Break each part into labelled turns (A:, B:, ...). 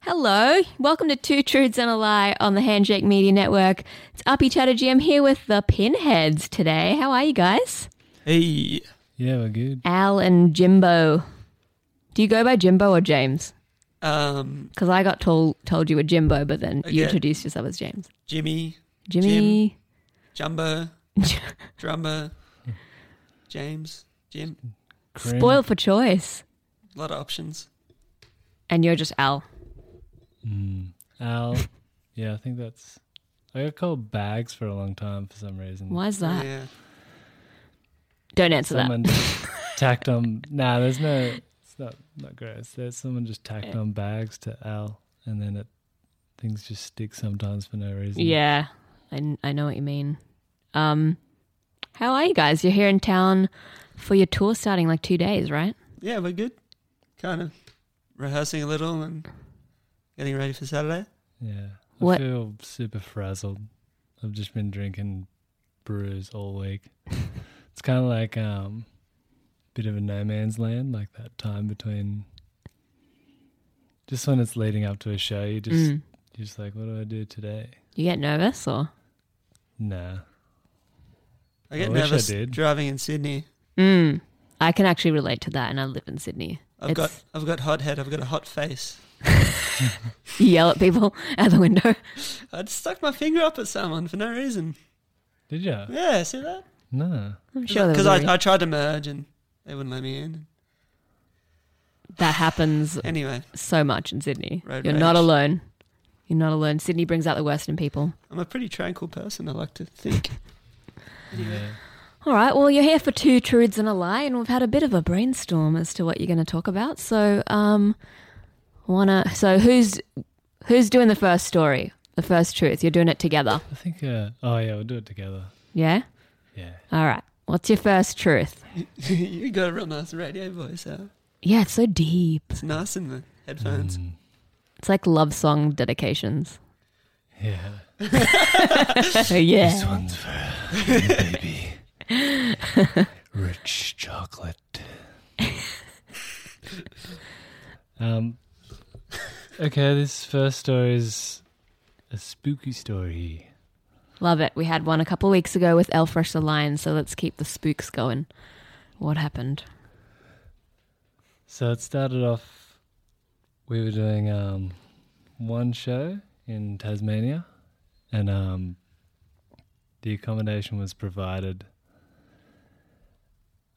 A: Hello, welcome to Two Truths and a Lie on the Handshake Media Network. It's Uppy Chatterjee. I'm here with the Pinheads today. How are you guys?
B: Hey,
C: Yeah, we're good.
A: Al and Jimbo. Do you go by Jimbo or James?
B: um,
A: Because I got told told you were Jimbo, but then you
B: Okay.
A: introduced yourself as James.
B: Jimmy,
A: Jimmy.
B: Jumbo, Drummer, James, Jim.
C: Grim.
A: Spoiled for choice.
B: A lot of options.
A: And you're just Al.
C: Mm. Al. yeah, I think that's. I got called bags for a long time for some reason.
A: Why's that?
B: Yeah.
A: Don't answer
C: Someone just tacked on. Nah, there's no. It's not not gross. There's someone just tacked on bags to Al, and then it things just stick sometimes for no
A: that.
C: reason.
A: Yeah, I, I know what you mean. Um, how are you guys? You're here in town for your tour starting like two days, right?
B: Yeah, we're good. Kind of rehearsing a little and getting ready for Saturday.
C: Yeah. I
A: What-
C: feel super frazzled. I've just been drinking brews all week. it's kind of like um, bit of a no man's land, like that time between. Just when it's leading up to a show, you just
A: Mm.
C: you're just like, what do I do today?
A: You get nervous or?
C: Nah.
B: I get
C: I wish I
B: nervous
C: did.
B: driving in Sydney.
A: Mm, I can actually relate to that, and I live in Sydney.
B: I've
A: It's-
B: got I've got hot head. I've got a hot face.
A: You yell at people out the window.
B: I just stuck my finger up at someone for no reason.
C: Did you?
B: Yeah, see that?
C: Nah.
A: I'm sure there was
B: Because
A: a
B: I,
A: re-
B: I tried to merge and they wouldn't let me in.
A: that happens
B: Anyway,
A: so much in Sydney.
B: Road
A: You're not
B: rage.
A: alone. You're not alone. Sydney brings out the worst in people.
B: I'm a pretty tranquil person. I like to think.
C: Yeah.
A: All right. Well, you're here for two truths and a lie, and we've had a bit of a brainstorm as to what you're going to talk about. So, um, wanna so who's who's doing the first story, the first truth? You're doing it together,
C: I think. Uh, oh yeah, we'll do it together.
A: yeah?
C: Yeah.
A: All right. What's your first truth?
B: you got a real nice radio voice, Al.
A: Yeah, it's so deep.
B: It's nice in the headphones.
C: Mm.
A: It's like love song dedications.
C: Yeah.
A: Oh yeah.
C: This one's for you, baby. Rich chocolate. um, okay, this first story is a spooky story.
A: Love it. We had one a couple weeks ago with Elfresh the Lion, so let's keep the spooks going. What happened?
C: So it started off, we were doing um, one show in Tasmania, and um, the accommodation was provided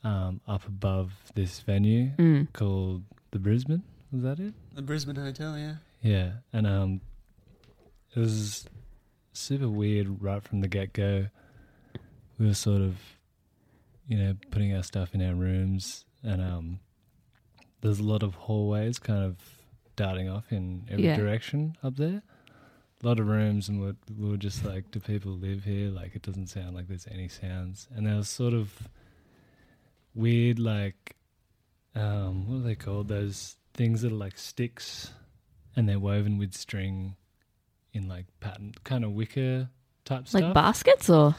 C: um, up above this venue
A: Mm.
C: called the Brisbane. Was that it?
B: The Brisbane Hotel, yeah.
C: Yeah, and um, it was super weird right from the get go. We were sort of, you know, putting our stuff in our rooms, and um, there's a lot of hallways kind of darting off in every
A: Yeah.
C: direction up there. A lot of rooms, and we're, we were just like, do people live here? Like, it doesn't sound like there's any sounds. And there was sort of weird, like, um, what are they called? Those things that are like sticks and they're woven with string in like pattern, kind of wicker type stuff.
A: Like baskets or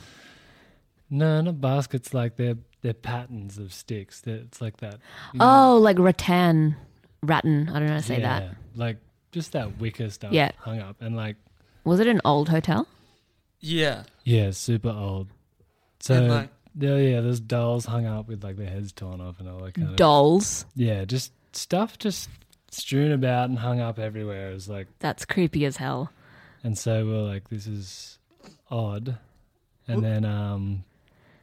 C: no, not baskets. Like they're they're patterns of sticks. They're, it's like that. you know,
A: oh, like rattan, rattan. I don't know how to say that.
C: yeah, Like just that wicker stuff.
A: Yeah.
C: hung up and like
A: Was it an old hotel?
B: Yeah.
C: yeah, super old. So
B: and like,
C: yeah, yeah, there's dolls hung up with like their heads torn off and all that kind of
A: Dolls.
C: yeah, just stuff just strewn about and hung up everywhere. Is like
A: That's creepy as hell.
C: and so we're like this is odd, and then um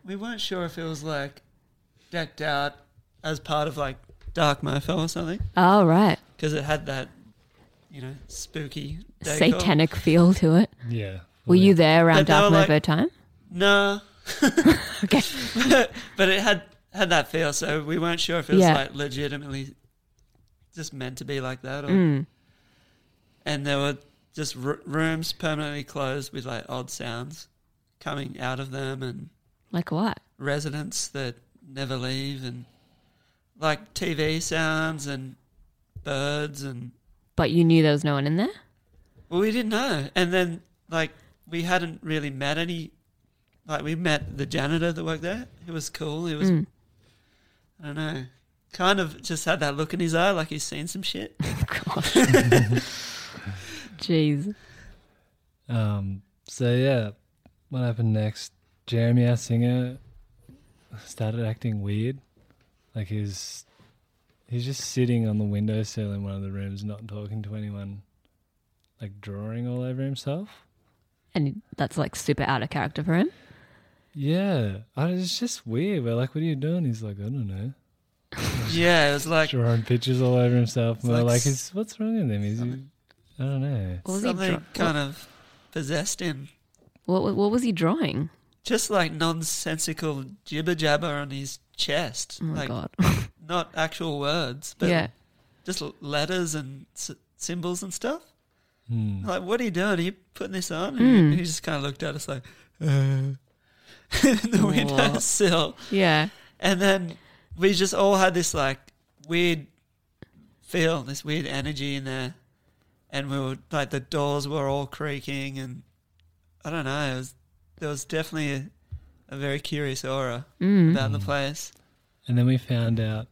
B: we weren't sure if it was like decked out as part of like Dark Mofo or something
A: Oh right,
B: because it had that, you know, spooky decor.
A: satanic feel to it.
C: yeah.
A: Were you there around
B: But they
A: Dark
B: were like-
A: Movo time?
B: No,
A: Okay.
B: but it had had that feel, so we weren't sure if it was
A: Yeah.
B: like legitimately just meant to be like that, or
A: Mm.
B: and there were just r- rooms permanently closed with like odd sounds coming out of them and
A: Like what?
B: residents that never leave and like TV sounds and birds and
A: But you knew there was no one in there.
B: well we didn't know and then like we hadn't really met any like we met the janitor that worked there he was cool he was
A: Mm.
B: I don't know kind of just had that look in his eye like he's seen some shit
A: Gosh. Jeez.
C: Um, so yeah, what happened next? Jeremy, our singer, started acting weird. Like he's he's just sitting on the windowsill in one of the rooms, not talking to anyone, like drawing all over himself.
A: And that's like super out of character for him.
C: Yeah, I, it's just weird. We're like, "What are you doing?" He's like, "I don't know."
B: Yeah, it was like
C: drawing pictures all over himself. And
B: It's
C: we're
B: like
C: like,
B: s-
C: "Is- what's wrong with him? Is he, I don't know.
A: What was he
B: something
A: dra-
B: kind of possessed him.
A: What, what, what was he drawing?
B: Just like nonsensical jibber jabber on his chest,
A: Oh my
B: like
A: god.
B: not actual words, but
A: yeah.
B: just l- letters and s- symbols and stuff.
C: Hmm.
B: Like, what are you doing? Are you putting this on?
A: Mm.
B: And he just kind of looked at us like, uh, in the
A: What?
B: windowsill.
A: Yeah.
B: And then we just all had this like weird feel, this weird energy in there. And we were like, the doors were all creaking, and I don't know. It was, there was definitely a, a very curious aura
A: Mm.
B: about the place.
C: And then we found out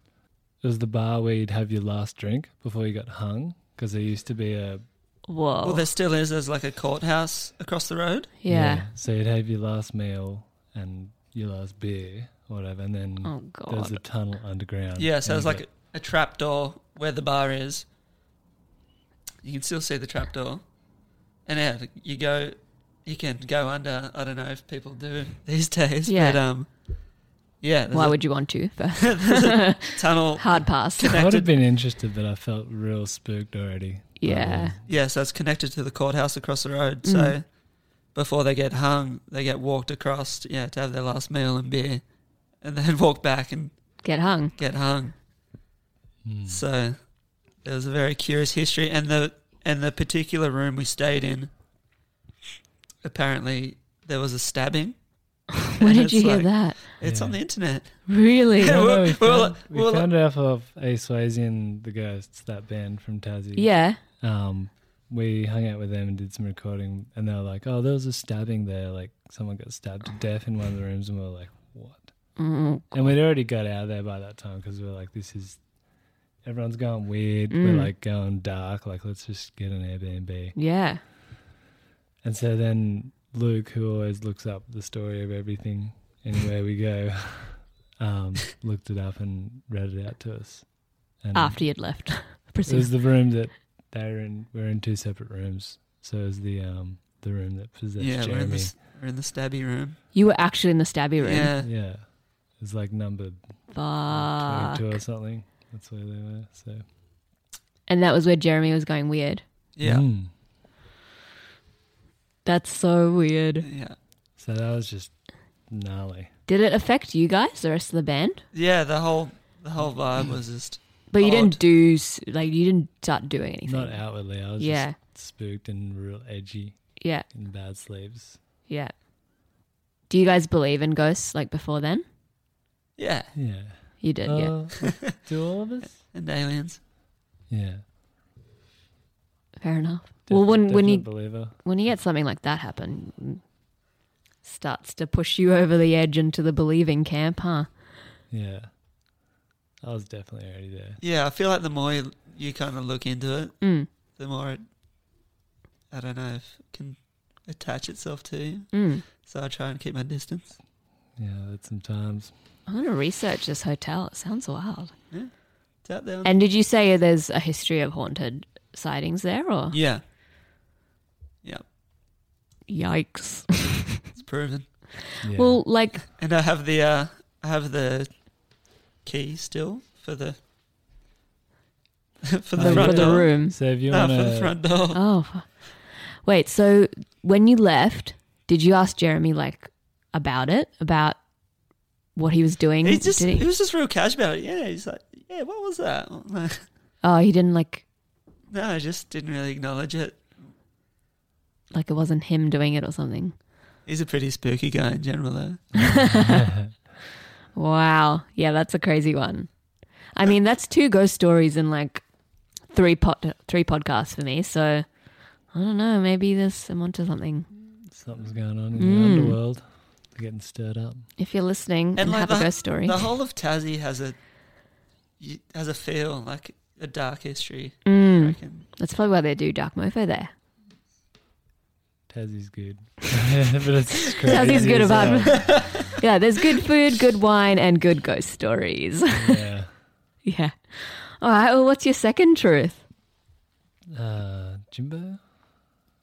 C: it was the bar where you'd have your last drink before you got hung, because there used to be a
A: Whoa.
B: Well, there still is. There's like a courthouse across the road.
A: yeah.
C: So you'd have your last meal and your last beer, or whatever, and then
A: Oh
C: there's
A: god.
C: a tunnel underground.
B: Yeah, so
C: And
B: there's
C: you
B: like a, a trap door where the bar is. You can still see the trap door. And yeah, you go you can go under. I don't know if people do these days,
A: Yeah.
B: but um yeah, there's
A: Why
B: a
A: would you want to?
B: tunnel
A: Hard pass.
C: got- I would have
B: connected.
C: been interested, but I felt real spooked already. by
A: Yeah.
B: Yeah, so it's connected to the courthouse across the road.
A: Mm.
B: So before they get hung, they get walked across, yeah, to have their last meal and beer and then walk back and
A: Get hung.
B: get hung.
C: the- Hmm.
B: So it was a very curious history, and the and the particular room we stayed in. Apparently, there was a stabbing.
A: Where did
B: It's
A: you hear
B: like-
A: that?
B: It's
C: Yeah.
B: on the internet.
A: Really?
B: Yeah,
C: No, no, we
B: we're- we're
C: found,
B: like-
C: we
B: we're like-
C: found it off of Ace Swayze and the Ghosts, that band from Tassie.
A: yeah.
C: Um, we hung out with them and did some recording, and they were like, "Oh, there was a stabbing there. Like someone got stabbed to death in one of the rooms," and we were like, "What?"
A: Mm.
C: And we'd already got out of there by that time because we were like, this is, everyone's going weird.
A: Mm.
C: We're like going dark. Like, let's just get an Airbnb.
A: Yeah.
C: And so then Luke, who always looks up the story of everything anywhere we go, um, looked it up and read it out to us. And
A: After you'd left.
C: it
A: Presume.
C: was the room that they were in. We were in two separate rooms. So it was the, um, the room that possessed
B: yeah, we're in
C: Jeremy.
B: the s- we're in the stabby room.
A: You were actually in the stabby room.
B: Yeah,
C: Yeah. It was like number
A: Fuck.
C: 22 or something. That's where they were. So,
A: And that was where Jeremy was going weird.
B: yeah,
C: Mm.
A: That's so weird.
C: Mm.
B: yeah,
C: So that was just gnarly.
A: Did it affect you guys, the rest of the band?
B: yeah. The whole the whole vibe was just
A: But you didn't
B: Odd.
A: do s- like you didn't start doing anything.
C: Not outwardly. I was
A: yeah.
C: just spooked and real edgy
A: Yeah.
C: in bad sleeps.
A: Yeah. Do you guys believe in ghosts like before then?
B: yeah,
C: Yeah.
A: You did, yeah.
C: Uh, do all of us?
B: and aliens.
C: Yeah.
A: Fair enough.
C: Def-
A: well, when when
C: definite
A: you
C: believer.
A: when you get something like that happen, mm, starts to push you over the edge into the believing camp, huh?
C: Yeah. I was definitely already there.
B: Yeah, I feel like the more you, you kind of look into it,
A: Mm.
B: the more it, I don't know if it can attach itself to you.
A: Mm.
B: So I try and keep my distance.
C: Yeah, that's sometimes.
A: I'm gonna research this hotel. It sounds wild.
B: It's out there. on-
A: And did you say there's a history of haunted sightings there, or
B: yeah,
A: yikes?
B: it's proven.
C: Yeah.
A: Well, like
B: And I have the uh, I have the key still for the for
A: Uh,
B: the
C: Oh,
A: for
B: front
A: the
B: door.
A: room.
C: so if you
B: No,
C: want
B: Ah, for the
C: to.
B: front door.
A: Oh, fu- wait. So when you left, did you ask Jeremy like about it, about what he was doing?
B: He just
A: Did
B: he
A: he-
B: was just real cash about it. Yeah, he's like, yeah, what was that? I'm like,
A: oh, he didn't like
B: no, I just didn't really acknowledge it.
A: like it wasn't him doing it or something.
B: He's a pretty spooky guy in general, though.
A: Wow. Yeah, that's a crazy one. I mean, that's two ghost stories in like three pod three podcasts for me. So I don't know. Maybe this I'm onto something.
C: Something's going on
A: Mm.
C: in the underworld. They're getting stirred up.
A: If you're listening and,
B: like
A: have a
B: the-
A: ghost story,
B: The whole of Tassie has a y- has a feel like a dark history. I
A: mm,
B: reckon.
A: that's probably why they do Dark Mofo there.
C: Tassie's good. but it's crazy. uh,
A: Tassie's good
C: as
A: about-
C: hell.
A: yeah, there's good food, good wine, and good ghost stories.
C: yeah.
A: yeah. All right. Well, what's your second truth?
C: Uh, Jimbo?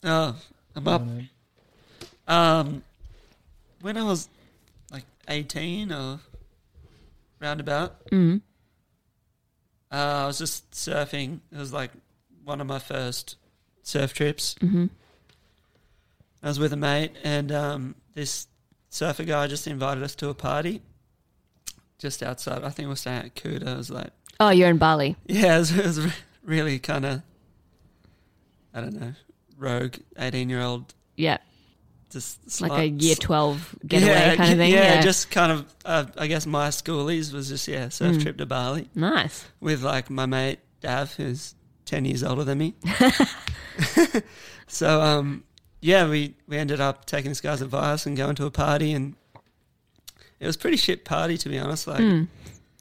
B: Oh, I'm up. Um, when I was like 18 or roundabout,
A: Mm.
B: uh, I was just surfing. It was like one of my first surf trips.
A: hmm
B: I was with a mate, and um, this surfer guy just invited us to a party just outside. I think we were staying at Kuta. It was like,
A: Oh, you're in Bali.
B: yeah, it was, it was re- really kind of, I don't know, rogue 18 year old.
A: Yeah,
B: Just
A: like
B: slut-
A: a year twelve getaway kind of
B: y-
A: thing.
B: Yeah,
A: Yeah,
B: just kind of. Uh, I guess my schoolies was just yeah surf
A: Mm.
B: trip to Bali
A: nice.
B: with like my mate Dav, who's ten years older than me. so um, yeah, we we ended up taking this guy's advice and going to a party, and it was a pretty shit party to be honest. Like
A: Mm.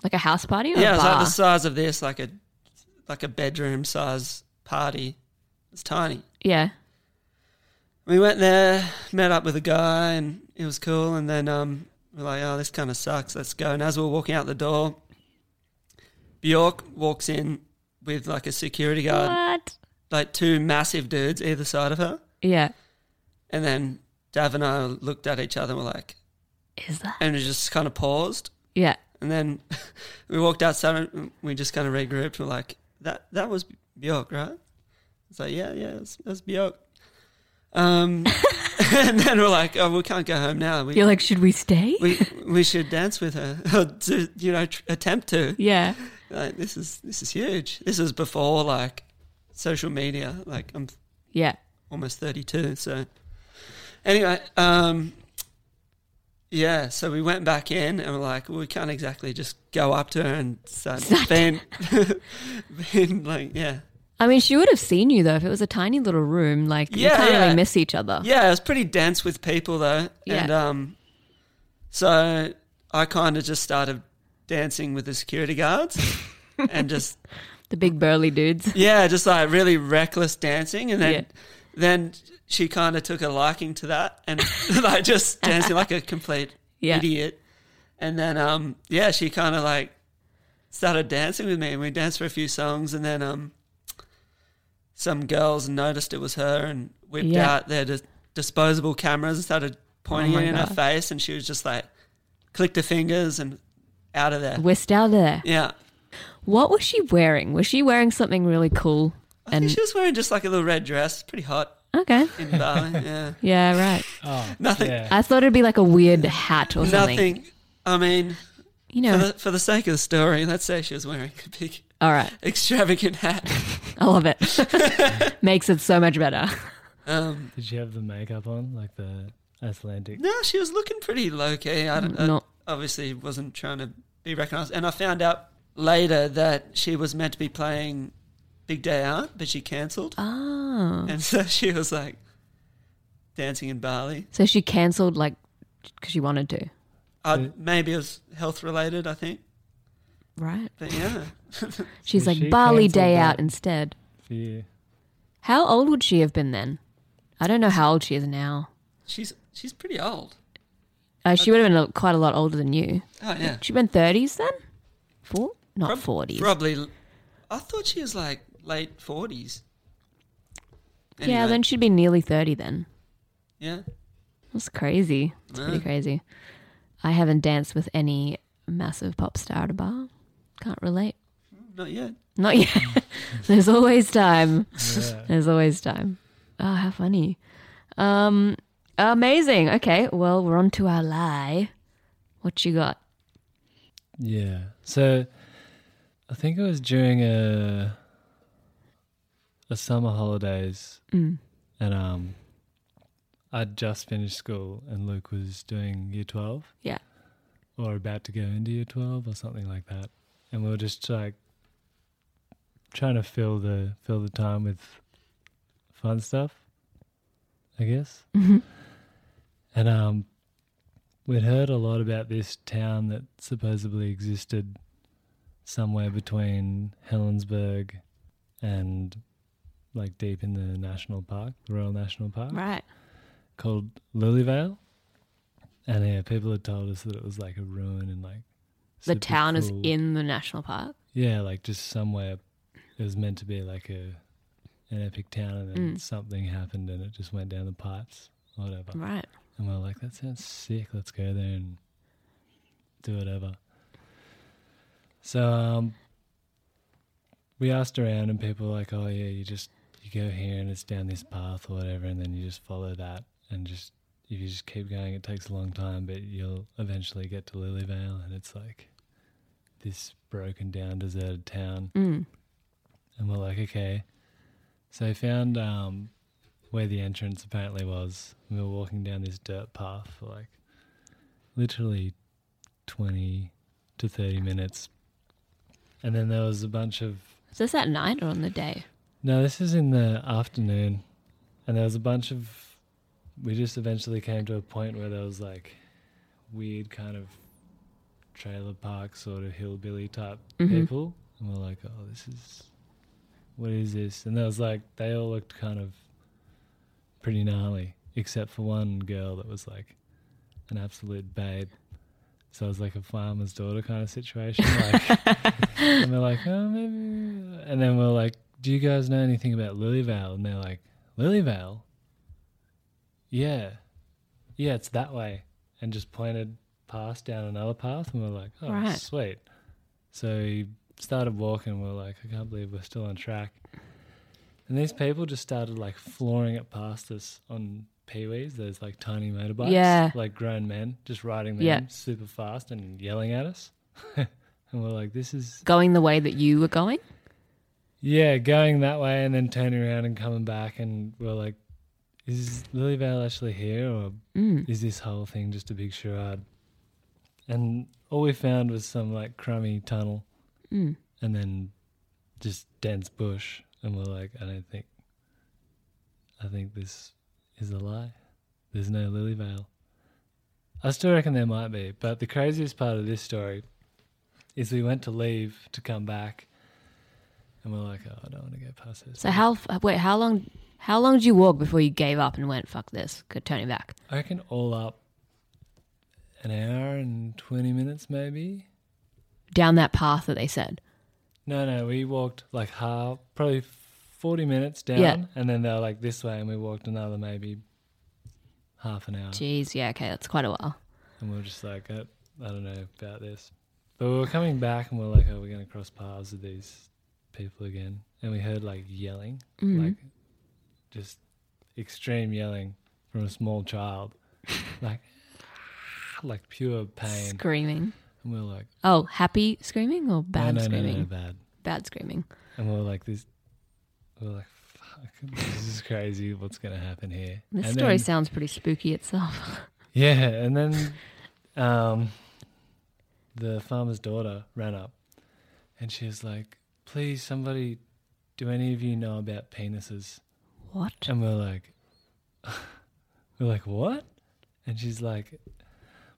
A: Like a house party or
B: yeah,
A: a
B: it was like
A: bar?
B: the size of this, like a like a bedroom size party. It's tiny.
A: yeah.
B: We went there, met up with a guy, and it was cool. And then um, we're like, oh, this kind of sucks. Let's go. And as we we're walking out the door, Bjork walks in with like a security guard,
A: What?
B: like two massive dudes either side of her.
A: Yeah.
B: And then Dav and I looked at each other and were like,
A: Is that?
B: and we just kind of paused.
A: Yeah.
B: And then we walked outside and we just kind of regrouped. We're like, that that was Bjork, right? It's like, yeah, yeah, that's, that's Bjork. Um, and then we're like, oh, we can't go home now. We,
A: You're like, should we stay?
B: we we should dance with her, or to, you know, tr- attempt to.
A: yeah.
B: Like, this is this is huge. This is before like social media. Like, I'm
A: Yeah.
B: almost 32. So, anyway, um, yeah, so we went back in and we're like, well, we can't exactly just go up to her and start
A: Start-
B: being, being like, yeah.
A: I mean, she would have seen you though if it was a tiny little room. Like, you
B: Yeah,
A: can't
B: yeah.
A: really miss each other.
B: Yeah, it was pretty dense with people though.
A: Yeah.
B: And um, so I kind of just started dancing with the security guards and just
A: The big burly dudes.
B: Yeah, just like really reckless dancing, and then
A: Yeah.
B: then she kind of took a liking to that, and like just dancing like a complete
A: Yeah.
B: idiot. And then um, yeah, she kind of like started dancing with me, and we danced for a few songs, and then um, some girls noticed it was her and whipped
A: Yeah. Oh
B: out their dis- disposable cameras and started pointing
A: my
B: it in her
A: God.
B: face, and she was just like clicked her fingers and out of there.
A: We're still there.
B: Yeah.
A: What was she wearing? Was she wearing something really cool?
B: I
A: And
B: think she was wearing just like a little red dress, pretty hot.
A: okay.
B: in Bali. Yeah,
A: Yeah. Right.
C: Oh,
B: Nothing.
C: Yeah.
A: I thought it'd be like a weird hat or something.
B: nothing. I mean,
A: You know.
B: for, the, for the sake of the story, let's say she was wearing a big
A: All right.
B: extravagant hat.
A: I love it. Makes it so much better.
B: Um,
C: Did she have the makeup on? Like the Icelandic?
B: no, she was looking pretty low key. I don't, I
A: Not-
B: obviously wasn't trying to be recognised. And I found out later that she was meant to be playing Big Day Out, but she cancelled,
A: Oh.
B: and so she was like dancing in Bali.
A: So she cancelled like because she wanted to,
B: Uh,
C: Yeah.
B: maybe it was health related, I think.
A: right?
B: But yeah,
A: She's
C: So
A: like
C: she
A: Bali
C: cancelled
A: day
C: that.
A: out instead.
C: For you?
A: How old would she have been then? I don't know how old she is now.
B: she's she's pretty old.
A: Uh, she would have been a, quite a lot older than you.
B: Oh yeah.
A: She'd been thirties then, four, not
B: Prob-
A: forties.
B: Probably. I thought she was like late forties.
A: Yeah, then she'd be nearly thirty then.
B: yeah.
A: That's crazy. It's pretty
C: Mm.
B: Yeah.
A: crazy. I haven't danced with any massive pop star at a bar. Can't relate.
B: Not yet.
A: Not yet.
C: Mm.
A: There's always time.
C: Yeah.
A: There's always time. Oh, how funny. Um, amazing. Okay, well, we're on to our lie. What you got?
C: Yeah. So I think it was during a a summer holidays
A: Mm.
C: and um I'd just finished school and Luke was doing year 12.
A: Yeah.
C: Or about to go into year 12 or something like that. And we were just like trying to fill the fill the time with fun stuff, I guess.
A: Mhm.
C: And um, we'd heard a lot about this town that supposedly existed somewhere between Helensburgh and like deep in the national park, the Royal National Park.
A: Right.
C: called Lilyvale, and yeah, people had told us that it was like a ruin and like
A: The
C: super
A: town is
C: cool-
A: in the national park.
C: yeah, like just somewhere it was meant to be like a an epic town, and then
A: Mm.
C: something happened and it just went down the pipes, or whatever.
A: Right.
C: And we are like, that sounds sick. Let's go there and do whatever. So um, we asked around, and people were like, oh, yeah, you just you go here and it's down this path or whatever. And then you just follow that. And just if you just keep going, it takes a long time, but you'll eventually get to Lilyvale. And it's like this broken down, deserted town.
A: Mm.
C: And we're like, okay. So we found um, where the entrance apparently was. We were walking down this dirt path for like literally 20 to 30 minutes. And then there was a bunch of.
A: So is that night or on the day?
C: No, this is in the afternoon. And there was a bunch of. We just eventually came to a point where there was like weird kind of trailer park sort of hillbilly type
A: Mhm.
C: people. And we're like, oh, this is. What is this? And there was like, they all looked kind of pretty gnarly, except for one girl that was like an absolute babe. So it was like a farmer's daughter kind of situation. Like, and they're like, oh, maybe. And then we're like, do you guys know anything about Lilyvale? And they're like, Lilyvale? Yeah. Yeah, it's that way. And just pointed past down another path. And we're like, oh,
A: Right.
C: sweet. So we started walking. We're like, I can't believe we're still on track. And these people just started like flooring it past us on peewees, those like tiny motorbikes.
A: Yeah.
C: Like grown men just riding them
A: Yeah.
C: super fast and yelling at us. and we're like, this is,
A: Going the way that you were going?
C: yeah, going that way and then turning around and coming back. And we're like, is Lilyvale actually here or
A: Mm.
C: is this whole thing just a big charade? And all we found was some like crummy tunnel
A: Mm.
C: and then just dense bush. And we're like, I don't think, I think this is a lie. There's no Lilyvale. I still reckon there might be, but the craziest part of this story is we went to leave to come back, and we're like, oh, I don't want to go past this.
A: So how f- wait, how long how long did you walk before you gave up and went fuck this, could turn it back?
C: I reckon all up an hour and 20 minutes, maybe.
A: Down that path that they said.
C: No, no, we walked like half, probably 40 minutes down,
A: Yeah.
C: and then they were like this way, and we walked another maybe half an hour.
A: Jeez, yeah, okay, that's quite a while.
C: And we were just like, I, I don't know about this. But we were coming back, and we are like, oh, we're going to cross paths with these people again. And we heard like yelling,
A: Mm.
C: like just extreme yelling from a small child, like, like pure pain.
A: Screaming.
C: And we were like,
A: Oh, happy screaming or
C: no,
A: bad
C: no, no,
A: screaming?
C: no, bad.
A: Bad screaming.
C: And we were like, this, we were like, fuck, this is crazy. What's going to happen here?
A: This
C: and
A: story
C: then,
A: sounds pretty spooky itself.
C: Yeah. And then um, the farmer's daughter ran up and she was like, please, somebody, do any of you know about penises?
A: What?
C: And we're like, we're like, what? And she's like,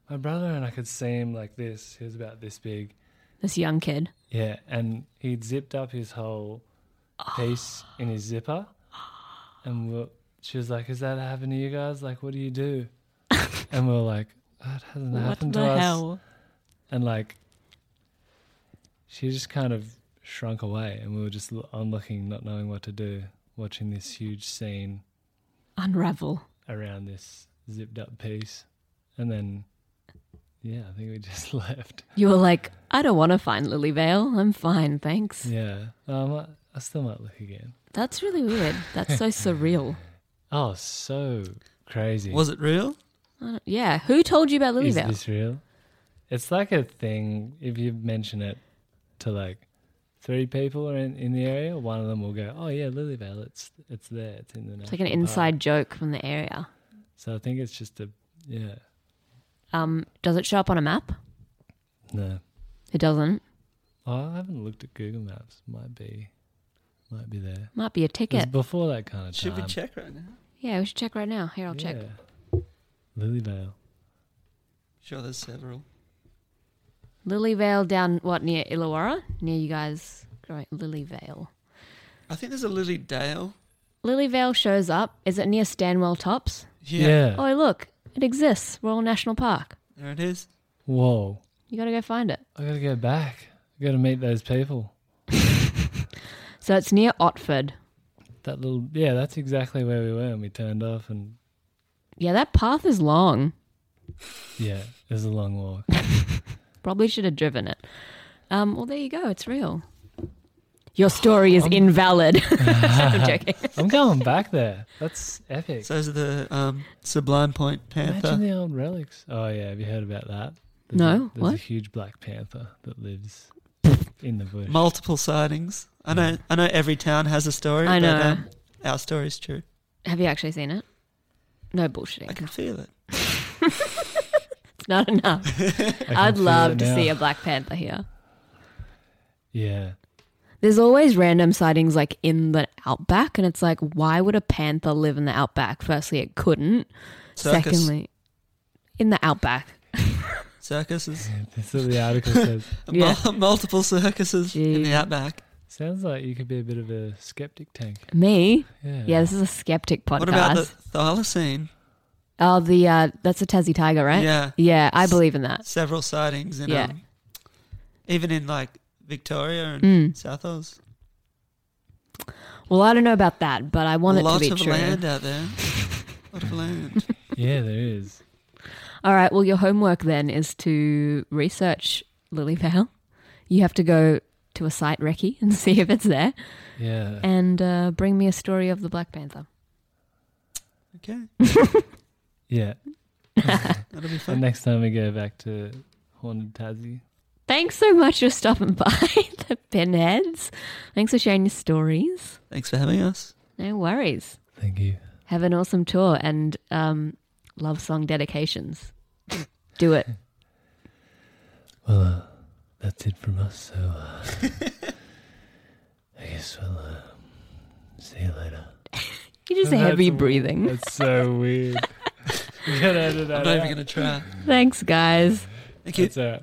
C: my brother and I could see him like this. He was about this big.
A: This young kid.
C: Yeah, and he'd zipped up his whole piece in his zipper, and we she was like, "Has that happened to you guys? Like, what do you do?" and we are like, oh, "It hasn't happened to us." And like, she just kind of shrunk away, and we were just l- on looking, not knowing what to do, watching this huge scene
A: Unravel.
C: around this zipped up piece, and then, yeah, I think we just left.
A: You were like, I don't want to find Lilyvale. I'm fine, thanks.
C: Yeah, um, I, I still might look again.
A: That's really weird. That's so surreal.
C: Oh, so crazy.
B: Was it real?
A: I don't- Yeah, who told you about
C: Is
A: Lilyvale?
C: this real? It's like a thing. If you mention it to like three people in, in the area, one of them will go, "Oh yeah, Lilyvale. It's it's there. It's in the."
A: It's like an
C: national park."
A: inside joke from the area.
C: So I think it's just a yeah.
A: Um, does it show up on a map?
C: No,
A: It doesn't.
C: oh, I haven't looked at Google Maps. Might be, might be there.
A: Might be a
C: It was
A: ticket.
C: before that kind of
B: Should
C: time.
B: we check right now?
A: Yeah, we should check right now. Here, I'll check.
C: Yeah. Lilyvale.
B: Sure, there's several.
A: Lilyvale down what near Illawarra, near you guys. Right, Lilyvale.
B: I think there's a Lily Dale.
A: Lilyvale shows up. Is it near Stanwell Tops?
B: Yeah.
A: Oh, look, it exists. Royal National Park.
B: There it is.
C: Whoa.
A: You got to go find it.
C: I gotta go back. I gotta meet those people.
A: So it's near Otford.
C: That little yeah, that's exactly where we were and we turned off and
A: Yeah, that path is long.
C: yeah, it was a long walk.
A: Probably should have driven it. Um, well, there you go. It's real. Your story
C: Um.
A: is invalid. I'm joking.
C: I'm going back there. That's epic.
B: So those are the um, Sublime Point Panther.
C: Imagine the old relics. Oh yeah, have you heard about that? There's a,
A: No,
C: there's a
A: what?
C: huge black panther that lives in the bush.
B: Multiple sightings. I know. I know every town has a story.
A: I
B: But,
A: know.
B: um, our story's true.
A: Have you actually seen it? No
B: I
A: bullshitting.
B: can feel it.
A: It's not enough.
C: I can
A: I'd
C: feel
A: love
C: it
A: to
C: now.
A: see a Black Panther here.
C: Yeah.
A: There's always random sightings like in the outback, and it's like, why would a panther live in the outback? Firstly, it couldn't.
B: Circus.
A: Secondly, in the outback.
B: Circuses.
C: That's what the article says.
A: Yeah.
B: Mul- multiple circuses in
A: Jeez.
B: the outback.
C: Sounds like you could be a bit of a skeptic tank.
A: Me?
C: Yeah.
A: Yeah, this is a skeptic podcast.
B: What about the thylacine?
A: oh, the uh, that's a Tassie tiger, right?
B: Yeah.
A: Yeah, I believe in that.
B: Several sightings in
A: Yeah.
B: um, even in like Victoria and
A: Mm.
B: South Oz.
A: Well, I don't know about that, but I want it
B: Lots
A: to be
B: of
A: true.
B: land out there. Lot of land.
C: Yeah, there is.
A: All right. Well, your homework then is to research Lily Vale. You have to go to a site recce and see if it's there,
C: Yeah.
A: and uh, bring me a story of the Black Panther.
B: Okay.
C: Yeah.
B: That'll be
C: The
B: fun.
C: next time we go back to Haunted Tassie.
A: Thanks so much for stopping by, the Pinheads. Thanks for sharing your stories.
B: Thanks for having us.
A: No worries.
C: Thank you.
A: Have an awesome tour and um, love song dedications. Do it.
C: Well, uh, that's it from us. So uh, I guess we'll uh, see you later.
A: You just
C: That's
A: heavy
C: a-
A: breathing.
C: That's so weird. we gotta edit that
B: I'm not even going to try.
A: Thanks, guys.
B: Thank you.
C: It's all right.